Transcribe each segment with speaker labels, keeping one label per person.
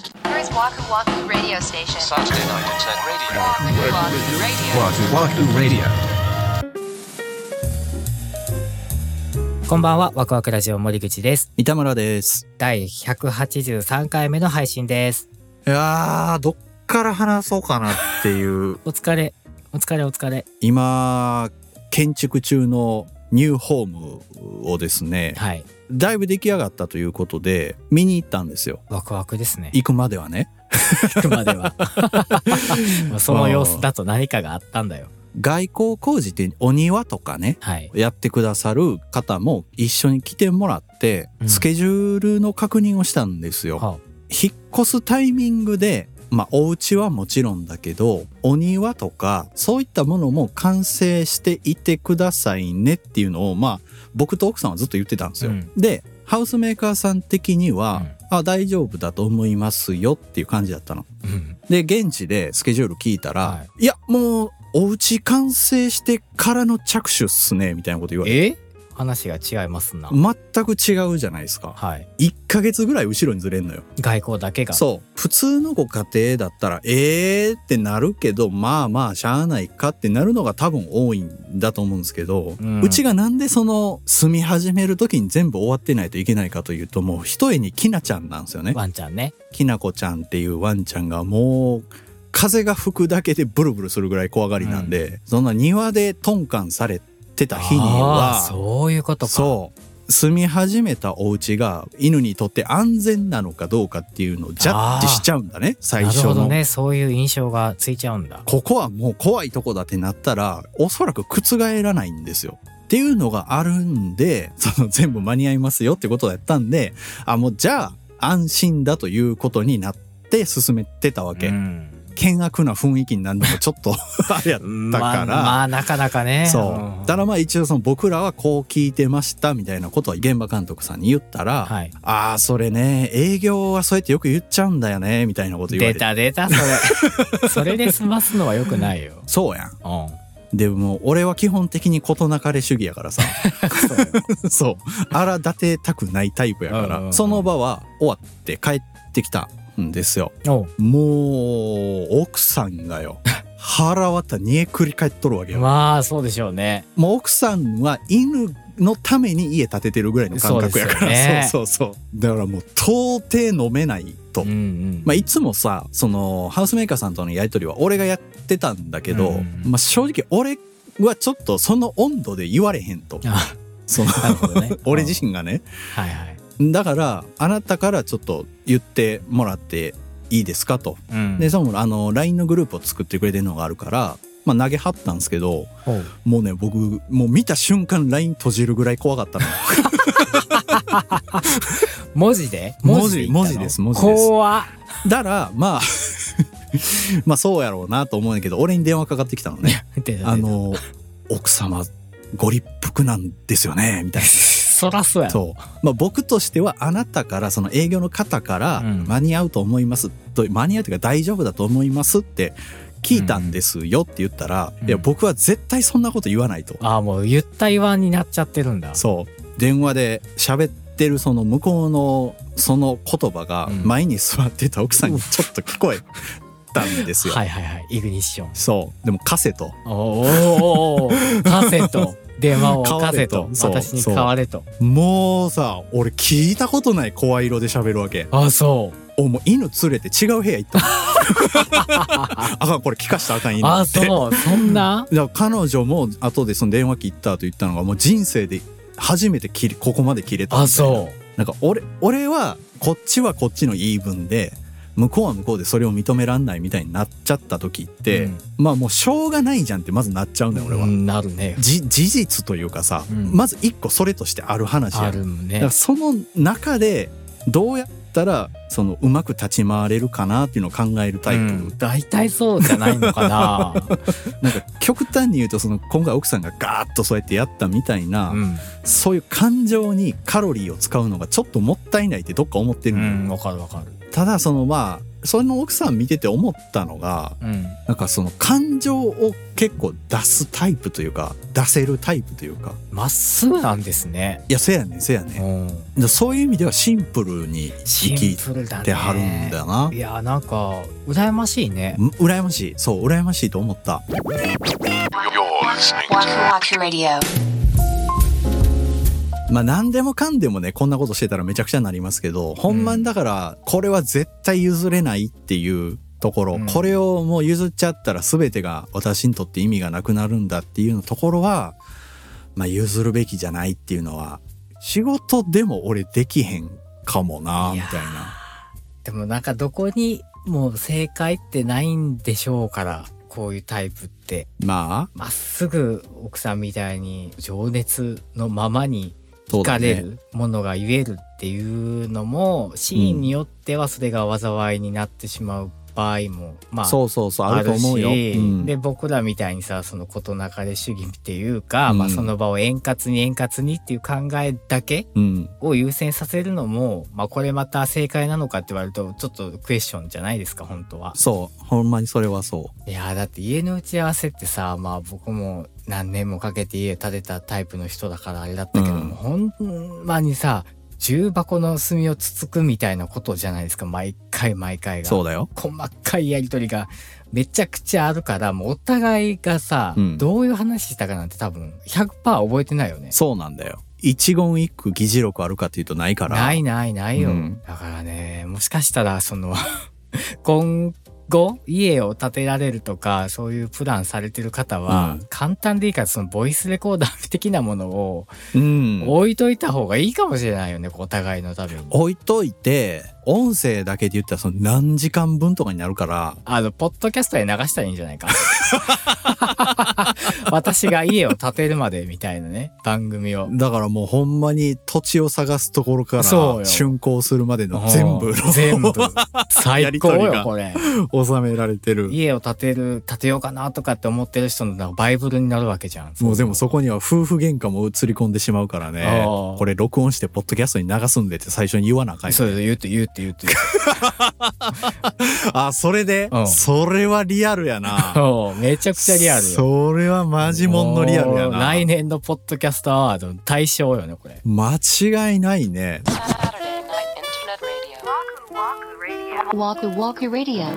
Speaker 1: Waku Waku Radio Station.
Speaker 2: Saturday night at 10 radio.
Speaker 1: Waku Waku
Speaker 3: Wahoo
Speaker 1: Radio.
Speaker 3: Wahoo Radio.
Speaker 4: こんばんは、ワクワクラジオ森口です。
Speaker 5: 三田村です。
Speaker 4: 第183回目の配信です。
Speaker 5: いやー、どっから話そうかなっていう。
Speaker 4: お疲れ、お疲れ、お疲れ。
Speaker 5: 今、建築中のニューホームをですね、
Speaker 4: はい。
Speaker 5: だいぶ出来上がったということで、見に行ったんですよ。
Speaker 4: ワクワクですね。
Speaker 5: 行くまではね。
Speaker 4: 行くまでは。 まあその様子だと何かがあったんだよ。
Speaker 5: 外交工事ってお庭とかね、
Speaker 4: はい。
Speaker 5: やってくださる方も一緒に来てもらって
Speaker 4: う、ん
Speaker 5: スケジュールの確認をしたんですよ。
Speaker 4: は
Speaker 5: 引っ越すタイミングで、まあ、お家はもちろんだけどお庭とかそういったものも完成していてくださいねっていうのを、まあ、僕と奥さんはずっと言ってたんですよ。
Speaker 4: うん
Speaker 5: でハウスメーカーさん的には、
Speaker 4: う
Speaker 5: あ大丈夫だと思いますよっていう感じだったの。
Speaker 4: あうん
Speaker 5: で現地でスケジュール聞いたら「、
Speaker 4: はい
Speaker 5: やもうお家完成してからの着手っすね」みたいなこと言われて
Speaker 4: え話が違いますな。
Speaker 5: 全く違うじゃないですか。
Speaker 4: はい。
Speaker 5: 1ヶ月ぐらい後ろにずれんのよ。
Speaker 4: 外交だけが。
Speaker 5: そう普通のご家庭だったらえーってなるけどまあまあしゃあないかってなるのが多分多いんだと思うんですけど、
Speaker 4: う
Speaker 5: うんちがなんでその住み始める時に全部終わってないといけないかというともう一重にきなちゃんなんですよね。
Speaker 4: ワンちゃんね。
Speaker 5: きなこちゃんっていうワンちゃんがもう風が吹くだけでブルブルするぐらい怖がりなんで、そんな庭でトンカンされてた日に
Speaker 4: あー
Speaker 5: は
Speaker 4: そういうことか。
Speaker 5: そう住み始めたお家が犬にとって安全なのかどうかっていうのをジャッジしちゃうんだね最
Speaker 4: なる
Speaker 5: 初
Speaker 4: ほど
Speaker 5: の、
Speaker 4: ね。そういう印象がついちゃうんだ。
Speaker 5: ここはもう怖いとこだってなったらおそらく覆らないんですよっていうのがあるんでその全部間に合いますよってことだったんであもうじゃあ安心だということになって進めてたわけ、
Speaker 4: うん。
Speaker 5: 険悪な雰囲気になるのもちょっと あれやったから、
Speaker 4: まあ、まあ、なかなかね。
Speaker 5: そう。ただまあ一応その僕らはこう聞いてましたみたいなことは現場監督さんに言ったら、
Speaker 4: はい
Speaker 5: ああ、それね、営業はそうやってよく言っちゃうんだよね、みたいなこと言われ
Speaker 4: 出
Speaker 5: て。
Speaker 4: た出たそ れそれで済ますのはよくないよ、
Speaker 5: そうやん。
Speaker 4: うん、
Speaker 5: でも俺は基本的に事なかれ主義 やからさ。そう。荒立てたくないタイプやか
Speaker 4: うんうんう
Speaker 5: ら、
Speaker 4: ん
Speaker 5: その場は終わって帰ってきたんですよ。
Speaker 4: お
Speaker 5: もう、奥さん がよ。腹渡煮えくり返っとるわけよ。
Speaker 4: まあそうでしょうね
Speaker 5: もう奥さんは犬のために家建ててるぐらいの感覚や
Speaker 4: そ
Speaker 5: か
Speaker 4: う
Speaker 5: ら
Speaker 4: です
Speaker 5: そ
Speaker 4: よ
Speaker 5: う,、
Speaker 4: ね
Speaker 5: そうそうだからもう到底飲めないと、
Speaker 4: うんうん、
Speaker 5: まあ、いつもさそのハウスメーカーさんとのやり取りは俺がやってたんだけど、
Speaker 4: うんうん
Speaker 5: まあ、正直俺はちょっとその温度で言われへんと
Speaker 4: あ
Speaker 5: その
Speaker 4: なるほどね
Speaker 5: 俺自身がね
Speaker 4: はいはい、
Speaker 5: だからあなたからちょっと言ってもらっていいですかと
Speaker 4: うん
Speaker 5: でそのあの LINE のグループを作ってくれてるのがあるから、まあ、投げはったんですけど
Speaker 4: おう
Speaker 5: もうね、僕、もう見た瞬間 LINE 閉じるぐらい怖かったの。
Speaker 4: 文字で
Speaker 5: 文
Speaker 4: 言
Speaker 5: 字
Speaker 4: ったの
Speaker 5: 文字です文字です
Speaker 4: 怖っ
Speaker 5: だから、まあ、 まあそうやろうなと思うんだけど、俺に電話かかってきたのね。
Speaker 4: 出た出た
Speaker 5: あの、奥様、ご立腹なんですよね、みたい
Speaker 4: そらそうや
Speaker 5: な。
Speaker 4: ろ
Speaker 5: そう。まあ僕としては、あなたから、その営業の方から、
Speaker 4: うん
Speaker 5: 間に合うと思いますと、間に合うというか大丈夫だと思いますって聞いたんですよって言ったら、
Speaker 4: うん
Speaker 5: いや、僕は絶対そんなこと言わないと。
Speaker 4: ああもう言った言わんになっちゃってるんだ
Speaker 5: そう電話で喋ってるその向こうのその言葉が
Speaker 4: うん
Speaker 5: 前に座ってた奥さんにちょっと聞こえた んですよ。
Speaker 4: はいはいはいイグニッション
Speaker 5: そうでもカセと
Speaker 4: おーおーおー カセと電話をカセと
Speaker 5: 買われと
Speaker 4: 私
Speaker 5: そう
Speaker 4: に買われと
Speaker 5: もうさ俺聞いたことない声色で喋るわけ
Speaker 4: あそう
Speaker 5: おもう犬連れて違う部屋行っ たもんあかんこれ聞かしたらあかん犬
Speaker 4: あ
Speaker 5: って
Speaker 4: そうそん な
Speaker 5: だから彼女も後でその電話切ったと言ったのがもう人生で初めて切りここまで切れたみたいな
Speaker 4: あそう
Speaker 5: なんか俺俺はこっちはこっちの言い分で向こうは向こうでそれを認めらんないみたいになっちゃった時って、
Speaker 4: うん
Speaker 5: まあもうしょうがないじゃんってまずなっちゃうね俺は、
Speaker 4: うんなるね
Speaker 5: じ事実というかさ、
Speaker 4: うん
Speaker 5: まず一個それとしてある話や
Speaker 4: あ
Speaker 5: ん
Speaker 4: る
Speaker 5: だ
Speaker 4: ね
Speaker 5: からその中でどうやったらそのうまく立ち回れるかなっていうのを考えるタイプ、
Speaker 4: うん大体そうじゃないのか な、
Speaker 5: なんか極端に言うとその今回奥さんがガーッとそうやってやったみたいな、
Speaker 4: うん
Speaker 5: そういう感情にカロリーを使うのがちょっともったいないってどっか思って
Speaker 4: う
Speaker 5: るのよ、
Speaker 4: んわかるわかる
Speaker 5: ただそのまあその奥さん見てて思ったのが、
Speaker 4: うん。
Speaker 5: なんかその感情を結構出すタイプというか、出せるタイプというか、
Speaker 4: まっすぐなんですね。
Speaker 5: いや、せやねん、せや
Speaker 4: う
Speaker 5: ね
Speaker 4: ん。
Speaker 5: ん。でそういう意味ではシンプルに
Speaker 4: シ
Speaker 5: 生
Speaker 4: ン
Speaker 5: き
Speaker 4: プルだね。
Speaker 5: てはるんだな。
Speaker 4: いや、なんか、羨ましいね。
Speaker 5: ん羨ましい。そう、羨ましいと思った。
Speaker 1: Waku Waku Radio.
Speaker 5: まあ何でもかんでもね、こんなことしてたらめちゃくちゃになりますけど、ほんまにだから、これは絶対譲れないっていうところ、
Speaker 4: うん
Speaker 5: これをもう譲っちゃったら全てが私にとって意味がなくなるんだっていうところは、まあ譲るべきじゃないっていうのは、仕事でも俺できへんかもな、
Speaker 4: い
Speaker 5: み
Speaker 4: やー
Speaker 5: たいな。
Speaker 4: でもなんかどこにもう正解ってないんでしょうから、こういうタイプって。
Speaker 5: まあ、
Speaker 4: まっすぐ奥さんみたいに情熱のままに
Speaker 5: そう
Speaker 4: 惹か
Speaker 5: だ
Speaker 4: れ
Speaker 5: ね。
Speaker 4: るものが言えるっていうのも、シーンによってはそれが災いになってしまう場合も、まあ、
Speaker 5: そうそうそう、あると思うよ。
Speaker 4: あ
Speaker 5: う
Speaker 4: るし
Speaker 5: ん
Speaker 4: で僕らみたいにさその事なかれ主義っていうか、
Speaker 5: うん
Speaker 4: まあ、その場を円滑に円滑にっていう考えだけ
Speaker 5: うん。
Speaker 4: を優先させるのも、まあ、これまた正解なのかって言われるとちょっとクエスチョンじゃないですか本当は。
Speaker 5: そう、ほんまにそれはそ
Speaker 4: いやーだって家の打ち合わせってさまあ僕も何年もかけて家建てたタイプの人だからあれだったけども、
Speaker 5: うん
Speaker 4: ほんまにさ重箱の隅をつつくみたいなことじゃないですか毎回毎回
Speaker 5: う。
Speaker 4: が。
Speaker 5: そうだよ。
Speaker 4: 細かいやり取りがめちゃくちゃあるからもうお互いがさ、
Speaker 5: うん
Speaker 4: どういう話したかなんて多分100%覚えてないよね。
Speaker 5: そうなんだよ。一言一句議事録あるかっていうとないから。
Speaker 4: ないないないよ、
Speaker 5: うん
Speaker 4: だからねもしかしたらその 今後家を建てられるとかそういうプランされてる方は、
Speaker 5: うん
Speaker 4: 簡単でいいからそのボイスレコーダー的なものを
Speaker 5: うん。
Speaker 4: 置いといた方がいいかもしれないよねお互いのために。
Speaker 5: 置いといて、音声だけで言ったらその何時間分とかになるから、
Speaker 4: あの、ポッドキャストで流したらいいんじゃないか。 私が家を建てるまでみたいなね、番組を。
Speaker 5: だからもうほんまに土地を探すところから、
Speaker 4: そうよ
Speaker 5: 竣工するまでの全部
Speaker 4: おー全部。最高
Speaker 5: やりとり
Speaker 4: よ、
Speaker 5: が
Speaker 4: これ。
Speaker 5: の収められてる。
Speaker 4: 家を建てる、建てようかなとかって思ってる人のなんかバイブルになるわけじゃん。
Speaker 5: もうでもそこには夫婦喧嘩も映り込んでしまうからね。
Speaker 4: あー
Speaker 5: これ録音してポッドキャストに流すんでって最初に言わなあかんよ
Speaker 4: そうです言うて言うて言うて言う
Speaker 5: あ、それで、
Speaker 4: うん
Speaker 5: それはリアルや
Speaker 4: て。
Speaker 5: な。
Speaker 4: おー めちゃくちゃリアルよ。
Speaker 5: それはマジモンのリアルや
Speaker 4: もう
Speaker 5: な。
Speaker 4: 来年のポッドキャストアワードの対象よね、これ。
Speaker 5: 間違いないね。
Speaker 1: Saturday night internet radio. Waku Waku Radio.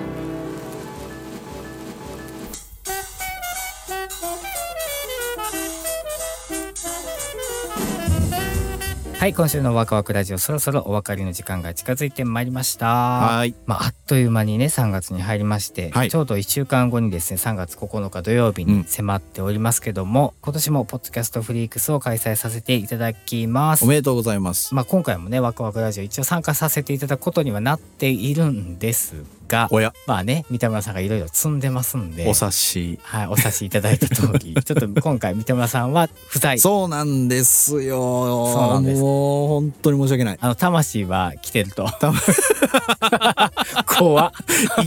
Speaker 4: はい、今週のワクワクラジオ、そろそろお別れの時間が近づいてまいりました。
Speaker 5: はい。
Speaker 4: まあ、あっという間にね3月に入りまして、
Speaker 5: はい
Speaker 4: ちょうど1週間後にですね3月9日土曜日
Speaker 5: う
Speaker 4: に
Speaker 5: ん
Speaker 4: 迫っておりますけども、今年も「ポッドキャストフリークス」を開催させていただきます
Speaker 5: お。めでとうございます。
Speaker 4: まあ、今回もね「ワクワクラジオ」一応参加させていただくことにはなっているんですが
Speaker 5: おや、
Speaker 4: まあね三田村さんがいろいろ積んでますんで
Speaker 5: お。察し。
Speaker 4: はい、お察しいただいた通り ちょっと今回三田村さんは不在
Speaker 5: そうなんです
Speaker 4: う
Speaker 5: よ。
Speaker 4: なんです
Speaker 5: もう本当に申し訳ない。
Speaker 4: あの魂は来てる と 怖っ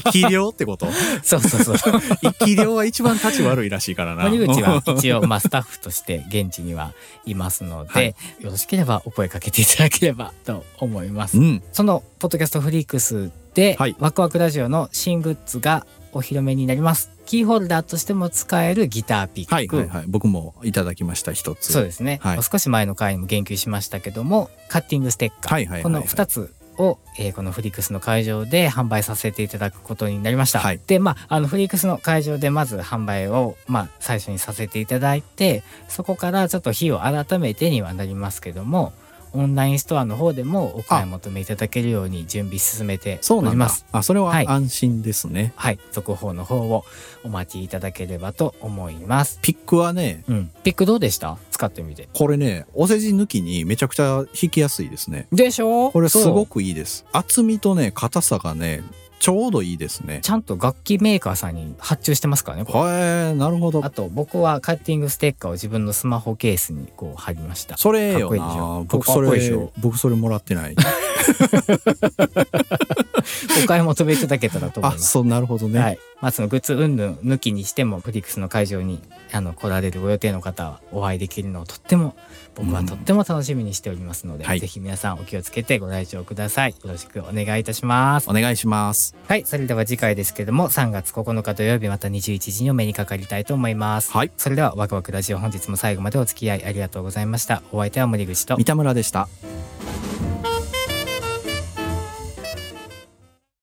Speaker 5: 生き量ってこと
Speaker 4: そうそうそう
Speaker 5: 生き量は一番立ち悪いらしいからな。
Speaker 4: 森口は一応まあスタッフとして現地にはいますので、
Speaker 5: はい
Speaker 4: よろしければお声かけていただければと思います。
Speaker 5: うん。
Speaker 4: そのポッドキャストフリークスで、
Speaker 5: はい
Speaker 4: ワクワクラジオの新グッズがお披露目になります。キーホルダーとしても使えるギターピック。
Speaker 5: はいはいはい。僕もいただきました、一つ。
Speaker 4: そうですね、
Speaker 5: はい
Speaker 4: 少し前の回にも言及しましたけどもカッティングステッカー、
Speaker 5: はいはいはいはい
Speaker 4: この2つを、えーこのフリークスの会場で販売させていただくことになりました、
Speaker 5: はい
Speaker 4: でまああのフリークスの会場でまず販売を、まあ、最初にさせていただいてそこからちょっと日を改めてにはなりますけどもオンラインストアの方でもお買い求めいただけるように準備進めて
Speaker 5: そう
Speaker 4: お
Speaker 5: な
Speaker 4: り
Speaker 5: ん
Speaker 4: ま
Speaker 5: だ
Speaker 4: す。
Speaker 5: あ、それは
Speaker 4: はい
Speaker 5: 安心ですね。
Speaker 4: はい続報の方をお待ちいただければと思います
Speaker 5: ピックはね、
Speaker 4: うんピックどうでした使ってみて
Speaker 5: これね、お世辞抜きにめちゃくちゃ弾きやすいですね。
Speaker 4: でしょ
Speaker 5: これす
Speaker 4: そう
Speaker 5: ごくいいです。厚みとね、硬さがね、ちょうどいいですね。
Speaker 4: ちゃんと楽器メーカーさんに発注してますからね。これ
Speaker 5: へえ、なるほど
Speaker 4: あ。と僕はカッティングステッカーを自分のスマホケースにこう貼りました。
Speaker 5: それ
Speaker 4: かっこ
Speaker 5: よ
Speaker 4: いいでしょ
Speaker 5: な。僕そ
Speaker 4: かっこいいでし
Speaker 5: れ
Speaker 4: ょ、
Speaker 5: 僕それもらってない。
Speaker 4: お買い求めいただけたらと思い
Speaker 5: あ、
Speaker 4: ます。
Speaker 5: そう、なるほどね。
Speaker 4: はい。まあ、そのグッズ云々抜きにしても、プリックスの会場に、あの、来られるご予定の方は、お会いできるのをとっても、僕はとっても楽しみにしておりますので、
Speaker 5: うんはい
Speaker 4: ぜひ皆さんお気をつけてご来場ください。よろしくお願いいたします。
Speaker 5: お願いします。
Speaker 4: はい。それでは次回ですけども、3月9日土曜日また21時にお目にかかりたいと思います。
Speaker 5: はい。
Speaker 4: それでは、ワクワクラジオ本日も最後までお付き合いありがとうございました。お相手は森口と
Speaker 5: 三、田村でした。